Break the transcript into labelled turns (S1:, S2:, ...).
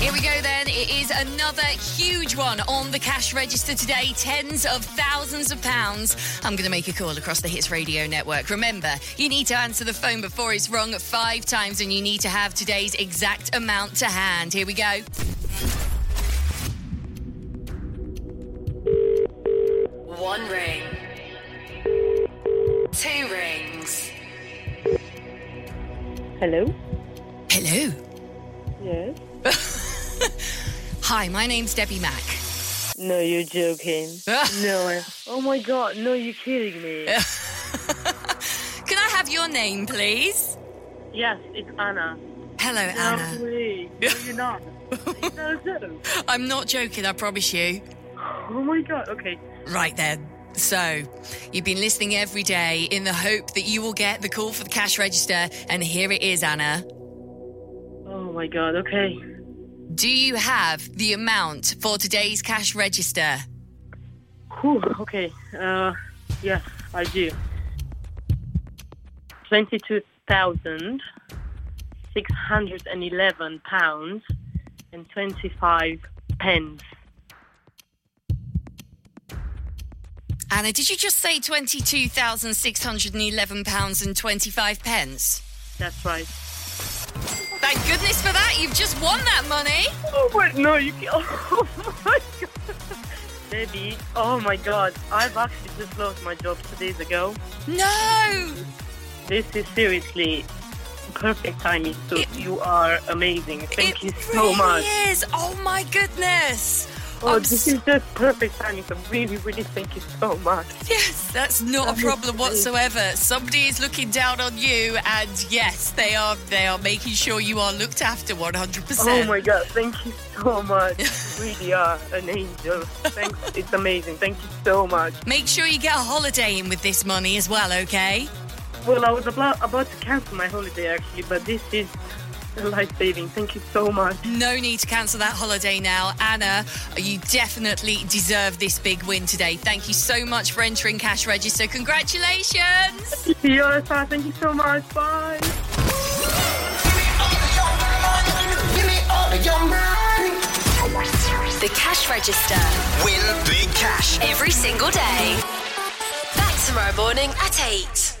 S1: Here we go then. It is another huge one on the cash register today. Tens of thousands of pounds. I'm going to make a call across the Hits Radio Network. Remember, you need to answer the phone before it's rung five times and you need to have today's exact amount to hand. Here we go. One ring. Two rings.
S2: Hello.
S1: Hello.
S2: Yes.
S1: Hi, my name's Debbie Mack.
S2: No, you're joking. no. Oh my god. No, you're kidding me.
S1: Can I have your name, please?
S2: yes, it's Anna.
S1: Hello,
S2: No,
S1: Anna.
S2: way. No, you're not. no, no.
S1: I'm not joking, I promise you.
S2: Oh my god. Okay.
S1: Right then. So, you've been listening every day in the hope that you will get the call for the cash register, and here it is, Anna.
S2: Oh my god. Okay.
S1: Do you have the amount for today's cash register?
S2: Whew, okay. Uh, yes, I do. Twenty-two thousand six hundred and eleven pounds and twenty-five pence.
S1: Anna, did you just say £22,611 and 25 pence?
S2: That's right.
S1: Thank goodness for that, you've just won that money.
S2: Oh my, no, you can't. Oh my god. Baby, oh my god. I've actually just lost my job two days ago.
S1: No!
S2: This is seriously perfect timing. So
S1: It-
S2: you are amazing.
S1: it
S2: Thank you so
S1: really
S2: much.
S1: is. Oh my goodness.
S2: Oh,
S1: I'm s-
S2: this is just perfect timing. So really, really thank you so much.
S1: Yes, that's not a
S2: That
S1: problem
S2: is great.
S1: whatsoever. Somebody is looking down on you, and yes, they are. They are making sure you are looked after one hundred
S2: Oh
S1: percent.
S2: my god, thank you so much. You really are an angel. Thanks. it's amazing. Thank you so much.
S1: Make sure you get a holiday in with this money as well, okay?
S2: Well, I was about, about to cancel my holiday actually, but this is life saving. Thank you so much.
S1: No need to cancel that holiday now, Anna. You definitely deserve this big win today. Thank you so much for entering cash register. Congratulations.
S2: Yes, thank you so much. Bye.
S3: The cash register
S4: Win big cash.
S3: every single day. Back tomorrow morning at 8.